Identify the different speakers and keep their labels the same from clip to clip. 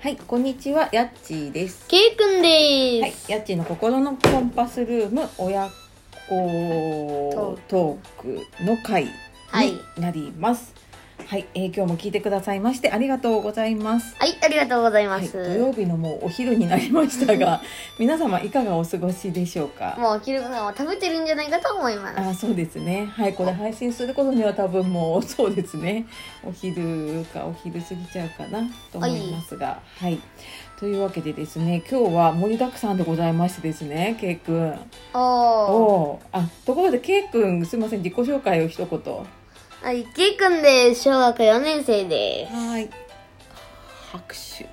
Speaker 1: はい、こんにちは、やっちーです。
Speaker 2: ケイくんで
Speaker 1: はい
Speaker 2: す、。
Speaker 1: やっちーの心のコンパスルーム親子トークの会に
Speaker 2: はい
Speaker 1: なります。はい、えー今日も聞いてくださいましてありがとうございます。
Speaker 2: はい、ありがとうござい
Speaker 1: は
Speaker 2: ま
Speaker 1: い、
Speaker 2: す。
Speaker 1: 土曜日のもうお昼になりました が、皆様いかがお過ごしでしょうか。
Speaker 2: もうお昼ご飯は食べてるんじゃないかと思います。
Speaker 1: あ、そうですね。はい、これ配信することには多分もう そうですね。お昼かお昼過ぎちゃうかなと思いますが、はい。というわけでですね、今日は盛りだくさんでございましてですね、ケイくん。
Speaker 2: おお。
Speaker 1: おーあところでケイ君すみません自己紹介を一言
Speaker 2: はい、ケイくんです。小学4年生です。
Speaker 1: はい拍手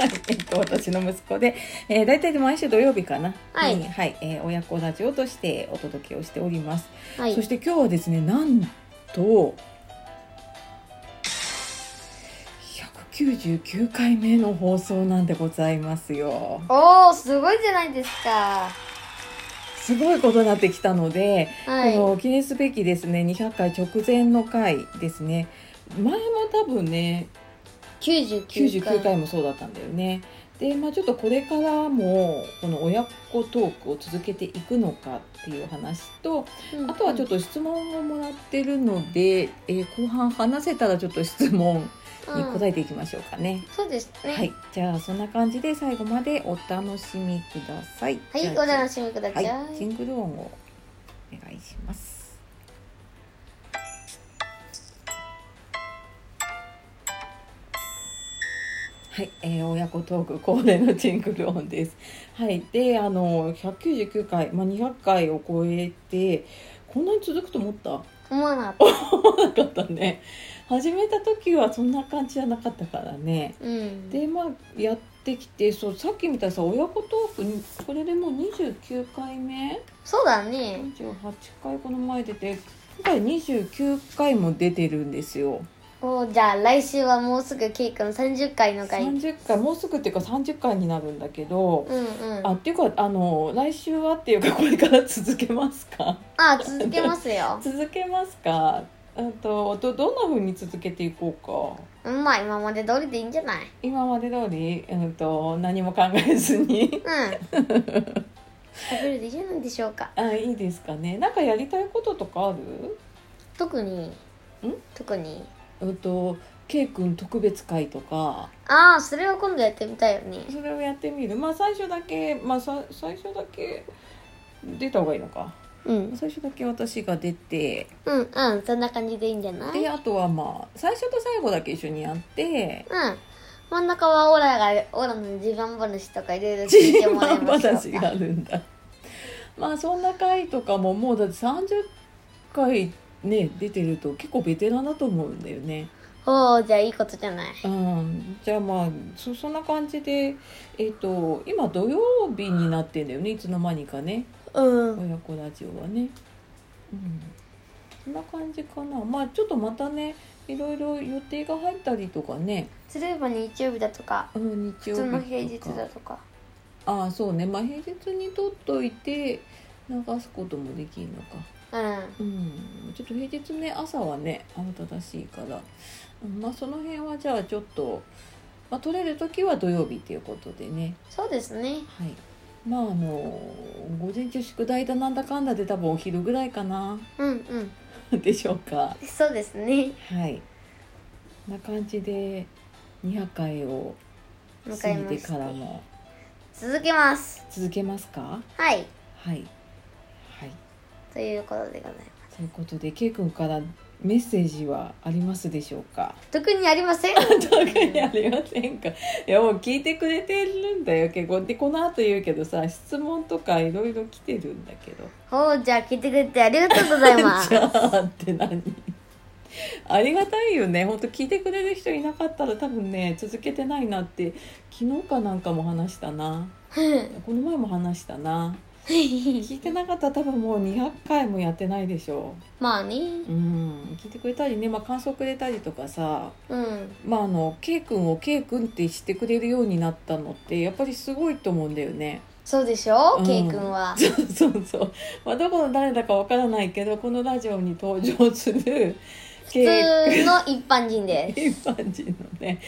Speaker 1: はいえっと私の息子で、えー、大体毎週土曜日かな
Speaker 2: はい
Speaker 1: にはいえー親子ラジオとしてお届けをしております、
Speaker 2: は
Speaker 1: そ
Speaker 2: い。
Speaker 1: して今日はですねなんと199回目の放送なんでございますよ
Speaker 2: おお、すごいじゃないですか。
Speaker 1: すごいことになってきたので
Speaker 2: はい。
Speaker 1: この記念すべきですね200回直前の回ですね前も多分ね
Speaker 2: 99
Speaker 1: 99
Speaker 2: 回。
Speaker 1: 回もそうだったんだよねで、まあ、ちょっとこれからもこの親子トークを続けていくのかっていう話とあとはちょっ
Speaker 2: と、
Speaker 1: と質問をもらってるので、えー後半話せたらちょっと質問に答
Speaker 2: え
Speaker 1: えていきましょうかね、
Speaker 2: そうですね。
Speaker 1: はいじゃあそんな感じで最後までお楽しみください
Speaker 2: はい。
Speaker 1: じゃ
Speaker 2: お
Speaker 1: あ
Speaker 2: 楽しみください。
Speaker 1: はい、ジングル音をお願いします。はい、えー親子トーク恒例のジングル音です。はい、で、あの199回、まあ200回を超えて、こんなに続くと思った？
Speaker 2: 思わなかっ
Speaker 1: 思わなかったね。始めた時はそんな感じじゃなかったからね。
Speaker 2: た。うん。
Speaker 1: でまあやってきてそうさっきみたいにさ親子トークにこれでもう29回目
Speaker 2: そうだね。
Speaker 1: 28回この前出て今回29回も出てるんですよ
Speaker 2: おーじゃあ来週はもうすぐケイくん30回の回。うん
Speaker 1: 30回もうすぐっていうか30回になるんだけど、
Speaker 2: うん。
Speaker 1: あ
Speaker 2: あ
Speaker 1: っていうかあの来週はっていうかこれから続けますか
Speaker 2: あ、続けますよ。
Speaker 1: 続けますかうんとどどんな風に続けていこうか
Speaker 2: うんまあ今まで通りでいいんじゃない
Speaker 1: 今まで通りうんと何も考えずに
Speaker 2: うん。食べるでいいじゃないでしょうか。
Speaker 1: あいいですかねなんかやりたいこととかある
Speaker 2: 特に。特に。
Speaker 1: うんと K 君特別会とか
Speaker 2: ああ、それは今度やってみたいよね。
Speaker 1: それをやってみるまあ最初だけまあさ最初だけ出た方がいいのか
Speaker 2: うん。
Speaker 1: 最初だけ私が出て
Speaker 2: うんうん。そんな感じでいいんじゃない
Speaker 1: であとはまあ最初と最後だけ一緒にやって
Speaker 2: うん。真ん中はオラが、オラの自慢話とかいろいろ聞い
Speaker 1: 自
Speaker 2: てもらい
Speaker 1: 慢
Speaker 2: ましょう
Speaker 1: 話があるんだまあそんな回とかももうだって30回ね出てると結構ベテランだと思うんだよね
Speaker 2: おおー、じゃあいいことじゃない。
Speaker 1: うん、じゃあまあそそんな感じで、えっと今土曜日になってんだよねいつの間にかね
Speaker 2: うん。
Speaker 1: 親子ラジオはね、うん、そんな感じかなまあちょっとまたねいろいろ予定が入ったりとかね、
Speaker 2: すれば日曜日だとか、
Speaker 1: うん、日曜日
Speaker 2: 普通
Speaker 1: とか
Speaker 2: の平日だとか。
Speaker 1: ああそうねまあ平日に撮っといて流すこともできるのか
Speaker 2: うん。
Speaker 1: うんちょっと平日ね朝はね慌ただしいから、うんまあその辺はじゃあちょっと、まあ、撮れる時は土曜日っていうことでね
Speaker 2: そうですね。
Speaker 1: はいまああの午前中宿題だなんだかんだで多分お昼ぐらいかな
Speaker 2: うんうん。
Speaker 1: でしょうか
Speaker 2: そうですね。
Speaker 1: はいこんな感じで200回を
Speaker 2: 向
Speaker 1: 過
Speaker 2: かい
Speaker 1: ぎ
Speaker 2: ま
Speaker 1: て
Speaker 2: して
Speaker 1: からも
Speaker 2: 続けます。
Speaker 1: 続けますか
Speaker 2: はい。
Speaker 1: はいはい
Speaker 2: ということでございます。
Speaker 1: ということで K 君からメッセージはありますでしょうか
Speaker 2: 特にありません
Speaker 1: 特にありませんかいやもう聞いてくれてるんだよ結構でこの後言うけどさ質問とかいろいろ来てるんだけど
Speaker 2: ほうじゃあ聞いてくれてありがとうございま す
Speaker 1: じゃあって何ありがたいよね本当聞いてくれる人いなかったら多分ね続けてないなって昨日かなんかも話したなこの前も話したな聞いてなかったら多分もう200回もやってないでしょ
Speaker 2: まあね
Speaker 1: ううん聞いてくれたりね、まあ、感想くれたりとかさ
Speaker 2: うん
Speaker 1: まああの K 君を K 君ってしてくれるようになったのってやっぱりすごいと思うんだよね。
Speaker 2: そうでしょ、
Speaker 1: う
Speaker 2: うんケイ君 は
Speaker 1: そうそうそう。まあどこの誰だかわからないけどこのラジオに登場する
Speaker 2: 普通の一般人です。
Speaker 1: 一般人のね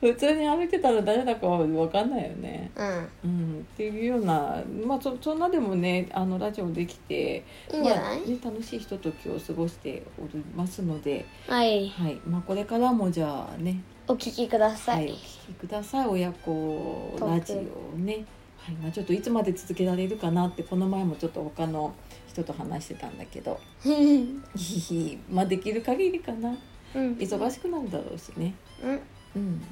Speaker 1: 普通に歩いてたら誰だかは分かんないよね。
Speaker 2: うん。
Speaker 1: うん、っていうような、まあ、そそんなでもねあのラジオできて
Speaker 2: いいんじゃない
Speaker 1: まあね、楽しいひとときを過ごしておりますので、
Speaker 2: はい。
Speaker 1: はいまあ、これからもじゃあね、
Speaker 2: お聞きくださ
Speaker 1: はい、お
Speaker 2: い
Speaker 1: 聞。きください親子
Speaker 2: トーク
Speaker 1: ラジオね、はいまあ、ちょっといつまで続けられるかなってこの前もちょっと他の人と話してたんだけど ひひ、まあ、できる限りかな
Speaker 2: うん。
Speaker 1: 忙しくなるだろうしね。
Speaker 2: うん。
Speaker 1: うん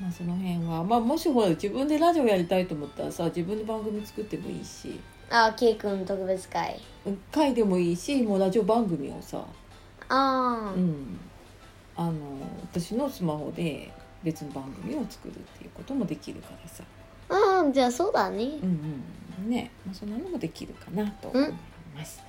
Speaker 1: まあその辺は、まあ、もしほら自分でラジオやりたいと思ったらさ自分で番組作ってもいいし
Speaker 2: あ、ケイ君特別会。
Speaker 1: 回でもいいしもうラジオ番組をさ、
Speaker 2: ああ、
Speaker 1: うん、あの私のスマホで別の番組を作るっていうこともできるからさ、
Speaker 2: うん。じゃあそうだね
Speaker 1: う。んうんねまあ、そんなのもできるかなと思います。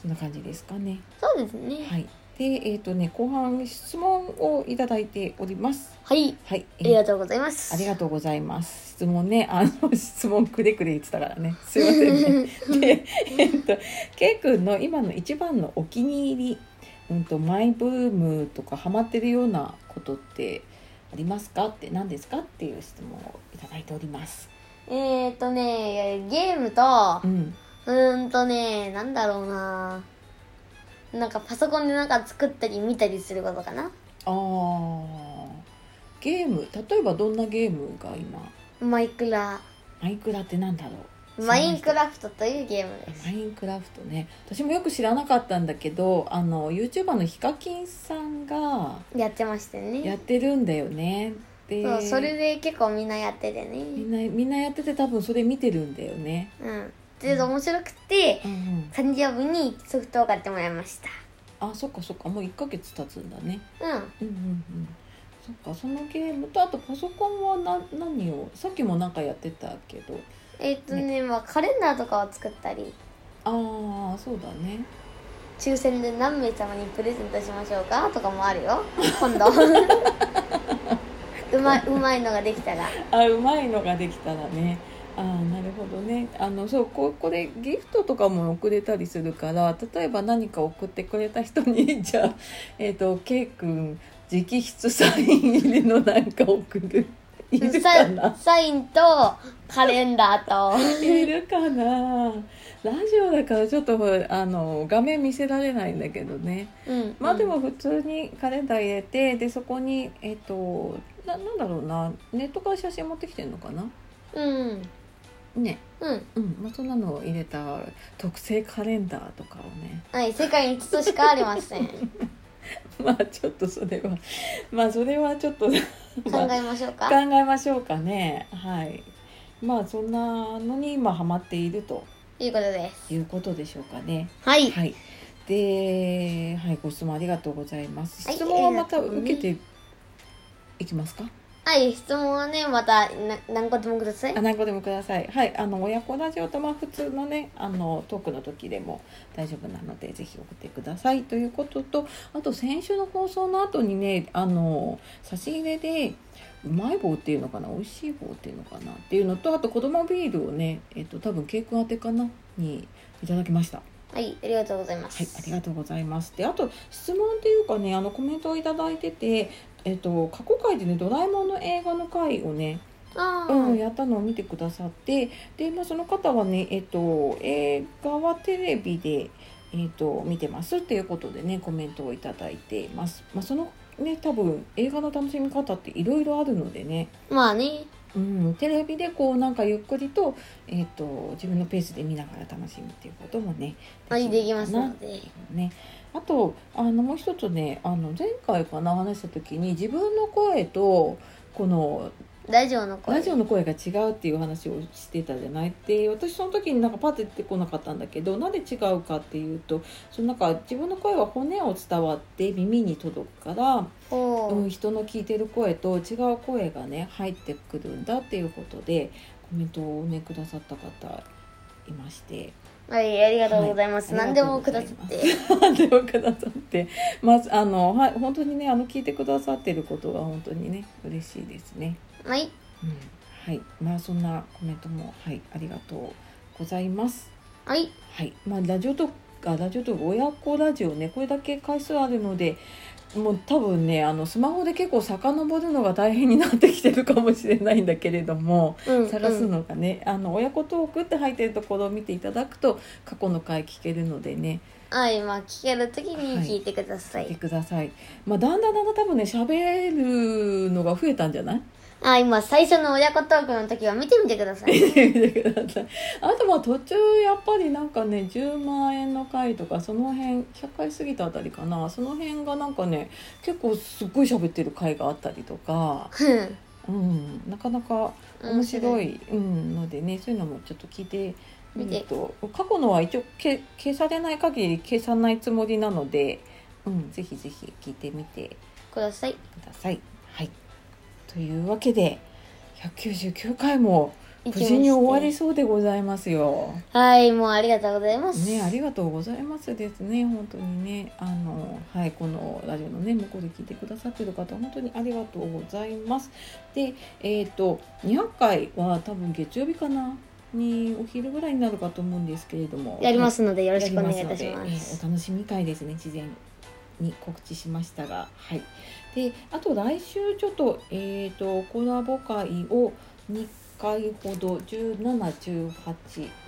Speaker 1: そんな感じですかね。
Speaker 2: そうですね。
Speaker 1: はい、で、えっ、とね、後半質問をいただいております。
Speaker 2: はい。
Speaker 1: はい、
Speaker 2: ありがとうございます。
Speaker 1: ありがとうございます。質問ね、あの 質問くれくれ言ってたからね。すいませんね。で、えっと、ケイ君の今の一番のお気に入り、うんとマイブームとかハマってるようなことってありますかって何ですかっていう質問をいただいております。
Speaker 2: えー、っとね、ゲームと
Speaker 1: う、ん、
Speaker 2: うーんとね、なんだろうな。なんかパソコンでなんか作ったり見たりすることかな。
Speaker 1: あーゲーム例えばどんなゲームが今
Speaker 2: マイクラ、
Speaker 1: マイクラってなんだろう。
Speaker 2: マインクラフトというゲームです。
Speaker 1: マインクラフトね私もよく知らなかったんだけどあの YouTuber のヒカキンさんが
Speaker 2: やってましたよ
Speaker 1: や
Speaker 2: ね
Speaker 1: っ。てるんだよねで
Speaker 2: そう、それで結構みんなやってて
Speaker 1: みん
Speaker 2: ね。
Speaker 1: なみんなやってて多分それ見てるんだよね、
Speaker 2: うん。で、面白くて、
Speaker 1: うんうん、
Speaker 2: 誕生日にソフトを買ってもらいました。
Speaker 1: あそっかそっかもう1ヶ月経つんだね
Speaker 2: うん。
Speaker 1: うんうんうんそっかそのゲームとあとパソコンはな何をさっきもなんかやってたけど
Speaker 2: えー、っとね、まあカレンダーとかを作ったり、
Speaker 1: ああそうだね
Speaker 2: 抽選で何名様にプレゼントしましょうかとかもあるよ。今 度。うまい、うまいのができたら。
Speaker 1: あうまいのができたらねああなるほどねあのそうここでギフトとかも送れたりするから例えば何か送ってくれた人に じゃあ、えー、と K 君直筆サイン入りのなんか送るいるか
Speaker 2: サ
Speaker 1: な
Speaker 2: サインとカレンダーと
Speaker 1: いるかなラジオだからちょっとほらあの画面見せられないんだけどね
Speaker 2: うん
Speaker 1: まあでも普通にカレンダー入れてでそこにえっ、とななんだろうなネットから写真持ってきてんのかな
Speaker 2: うん
Speaker 1: ね
Speaker 2: うん
Speaker 1: うんまあ、そんなのを入れた特製カレンダーとかをね
Speaker 2: はい世界に一つしかありません考
Speaker 1: まあちょっとそれは まあそれはちょっと、まあ
Speaker 2: えましょうか
Speaker 1: 考えましょうかねはいまあそんなのに今ハマっていると
Speaker 2: ということです
Speaker 1: いうことでしょうかね
Speaker 2: はい
Speaker 1: はいで、はい、ご質問ありがとうございます
Speaker 2: はい
Speaker 1: 質問はまた
Speaker 2: ありがとうね
Speaker 1: 受けていきますか、
Speaker 2: はい質問はねまたな何個でもください
Speaker 1: あ何個でもくださいはいあの親子ラジオとまあ普通のねあのトークの時でも大丈夫なのでぜひ送ってくださいということとあと先週の放送の後にねあの差し入れでうまい棒っていうのかな美味しい棒っていうのかなっていうのとあと子供ビールをねえっと多分ケイ君宛てかなにいただきました
Speaker 2: はいありがとうございま
Speaker 1: はい、あ
Speaker 2: す
Speaker 1: りがとうございます。で、あと質問っていうかね、あのコメントをいただいてて、えっと過去回でね、ドラえもんの映画の回をね、
Speaker 2: あー
Speaker 1: うん、やったのを見てくださってで、まあ、その方はね、えっと映画はテレビで、えっと見てますっていうことでねコメントをいただいています、まあ、そのね多分映画の楽しみ方っていろいろあるのでね、
Speaker 2: まあね
Speaker 1: うん、テレビでこうなんかゆっくりと,、えっと自分のペースで見ながら楽しむっていうこともね
Speaker 2: はいできます
Speaker 1: かな
Speaker 2: ので
Speaker 1: ね、あとあのもう一つねあの前回かな話した時に自分の声とこの
Speaker 2: ラジオの声
Speaker 1: ラジオの声が違うっていう話をしてたじゃないって私その時になんかパッて出てこなかったんだけどなんで違うかっていうとそのなんか自分の声は骨を伝わって耳に届くから、
Speaker 2: お
Speaker 1: うん、
Speaker 2: ー
Speaker 1: 人の聞いてる声と違う声がね入ってくるんだっていうことでコメントをねくださった方いまして。
Speaker 2: はいありがとうございます、
Speaker 1: はい
Speaker 2: 何でもくださって
Speaker 1: でもくださってまずあのはい本当にねあの聞いてくださってることが本当にね嬉しいですね。
Speaker 2: はい
Speaker 1: うん、はいまあそんなコメントもはいありがとうございます。
Speaker 2: はい
Speaker 1: はいまあラジオトーあラジオトーク親子ラジオねこれだけ回数あるのでもう多分ねあのスマホで結構遡るのが大変になってきてるかもしれないんだけれども
Speaker 2: うん
Speaker 1: 探すのがね、あの親子トークって入ってるところを見ていただくと過去の回聞けるのでね
Speaker 2: はいまあ聞ける時に聞いてください、
Speaker 1: 聞いてください、まあ、だんだんだんだん多分ね喋るのが増えたんじゃない
Speaker 2: あ今最初の親子トークの時は見てみてください
Speaker 1: 見てくださいあとまあ途中やっぱりなんかね10万円の回とかその辺100回過ぎたあたりかなその辺がなんかね結構すっごい喋ってる回があったりとか、
Speaker 2: うん
Speaker 1: うん、なかなか面白い、うん、のでねそういうのもちょっと聞いてみると過去のは一応け消されない限り消さないつもりなので、うん、ぜひぜひ聞いてみて
Speaker 2: ください
Speaker 1: ください。はい、というわけで199回も無事に終わりそうでございますよ。
Speaker 2: はいもうありがとうございます、
Speaker 1: ね、ありがとうございますですね、本当にね、あの、はい、このラジオのね、向こうで聞いてくださってる方、本当にありがとうございます。で、えっ、と、200回は多分月曜日かな、にお昼ぐらいになるかと思うんですけれども。
Speaker 2: やりま
Speaker 1: はい。
Speaker 2: すのでよろしくお願いい
Speaker 1: や
Speaker 2: たし
Speaker 1: り
Speaker 2: ま
Speaker 1: ますすのでえーお楽しみ会ですね、事前に告知しましたが、はい。で、あと来週ちょっと、えっ、と、コラボ会を2回ほど、17、18、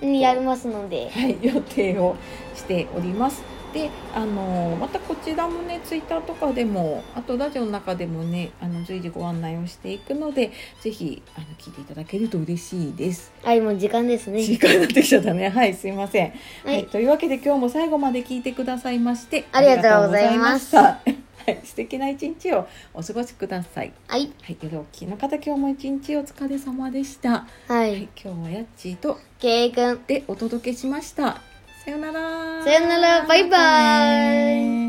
Speaker 2: うんやりますので
Speaker 1: はい、 予定をしております。で、あのまたこちらもね、ツイッターとかでも、あとラジオの中でもね、あの随時ご案内をしていくので、ぜひあの聞いていただけると嬉しいです。
Speaker 2: はいもう時間で す
Speaker 1: 時
Speaker 2: ね
Speaker 1: 間になってきちゃったね。はい、すいません。
Speaker 2: は
Speaker 1: はい、
Speaker 2: い
Speaker 1: というわけで今日も最後まで聞いてくださいまして、
Speaker 2: ありがとうございます
Speaker 1: ありがとうございました。はい、 素敵な一日をお過ごしください。
Speaker 2: はい
Speaker 1: はい、夜お聞きの方、今日も一日お疲れ様でした。
Speaker 2: は
Speaker 1: はいい、今日はやっちーと
Speaker 2: けいくん
Speaker 1: でお届けしました。さよなら。
Speaker 2: さよならバイバイ
Speaker 1: またね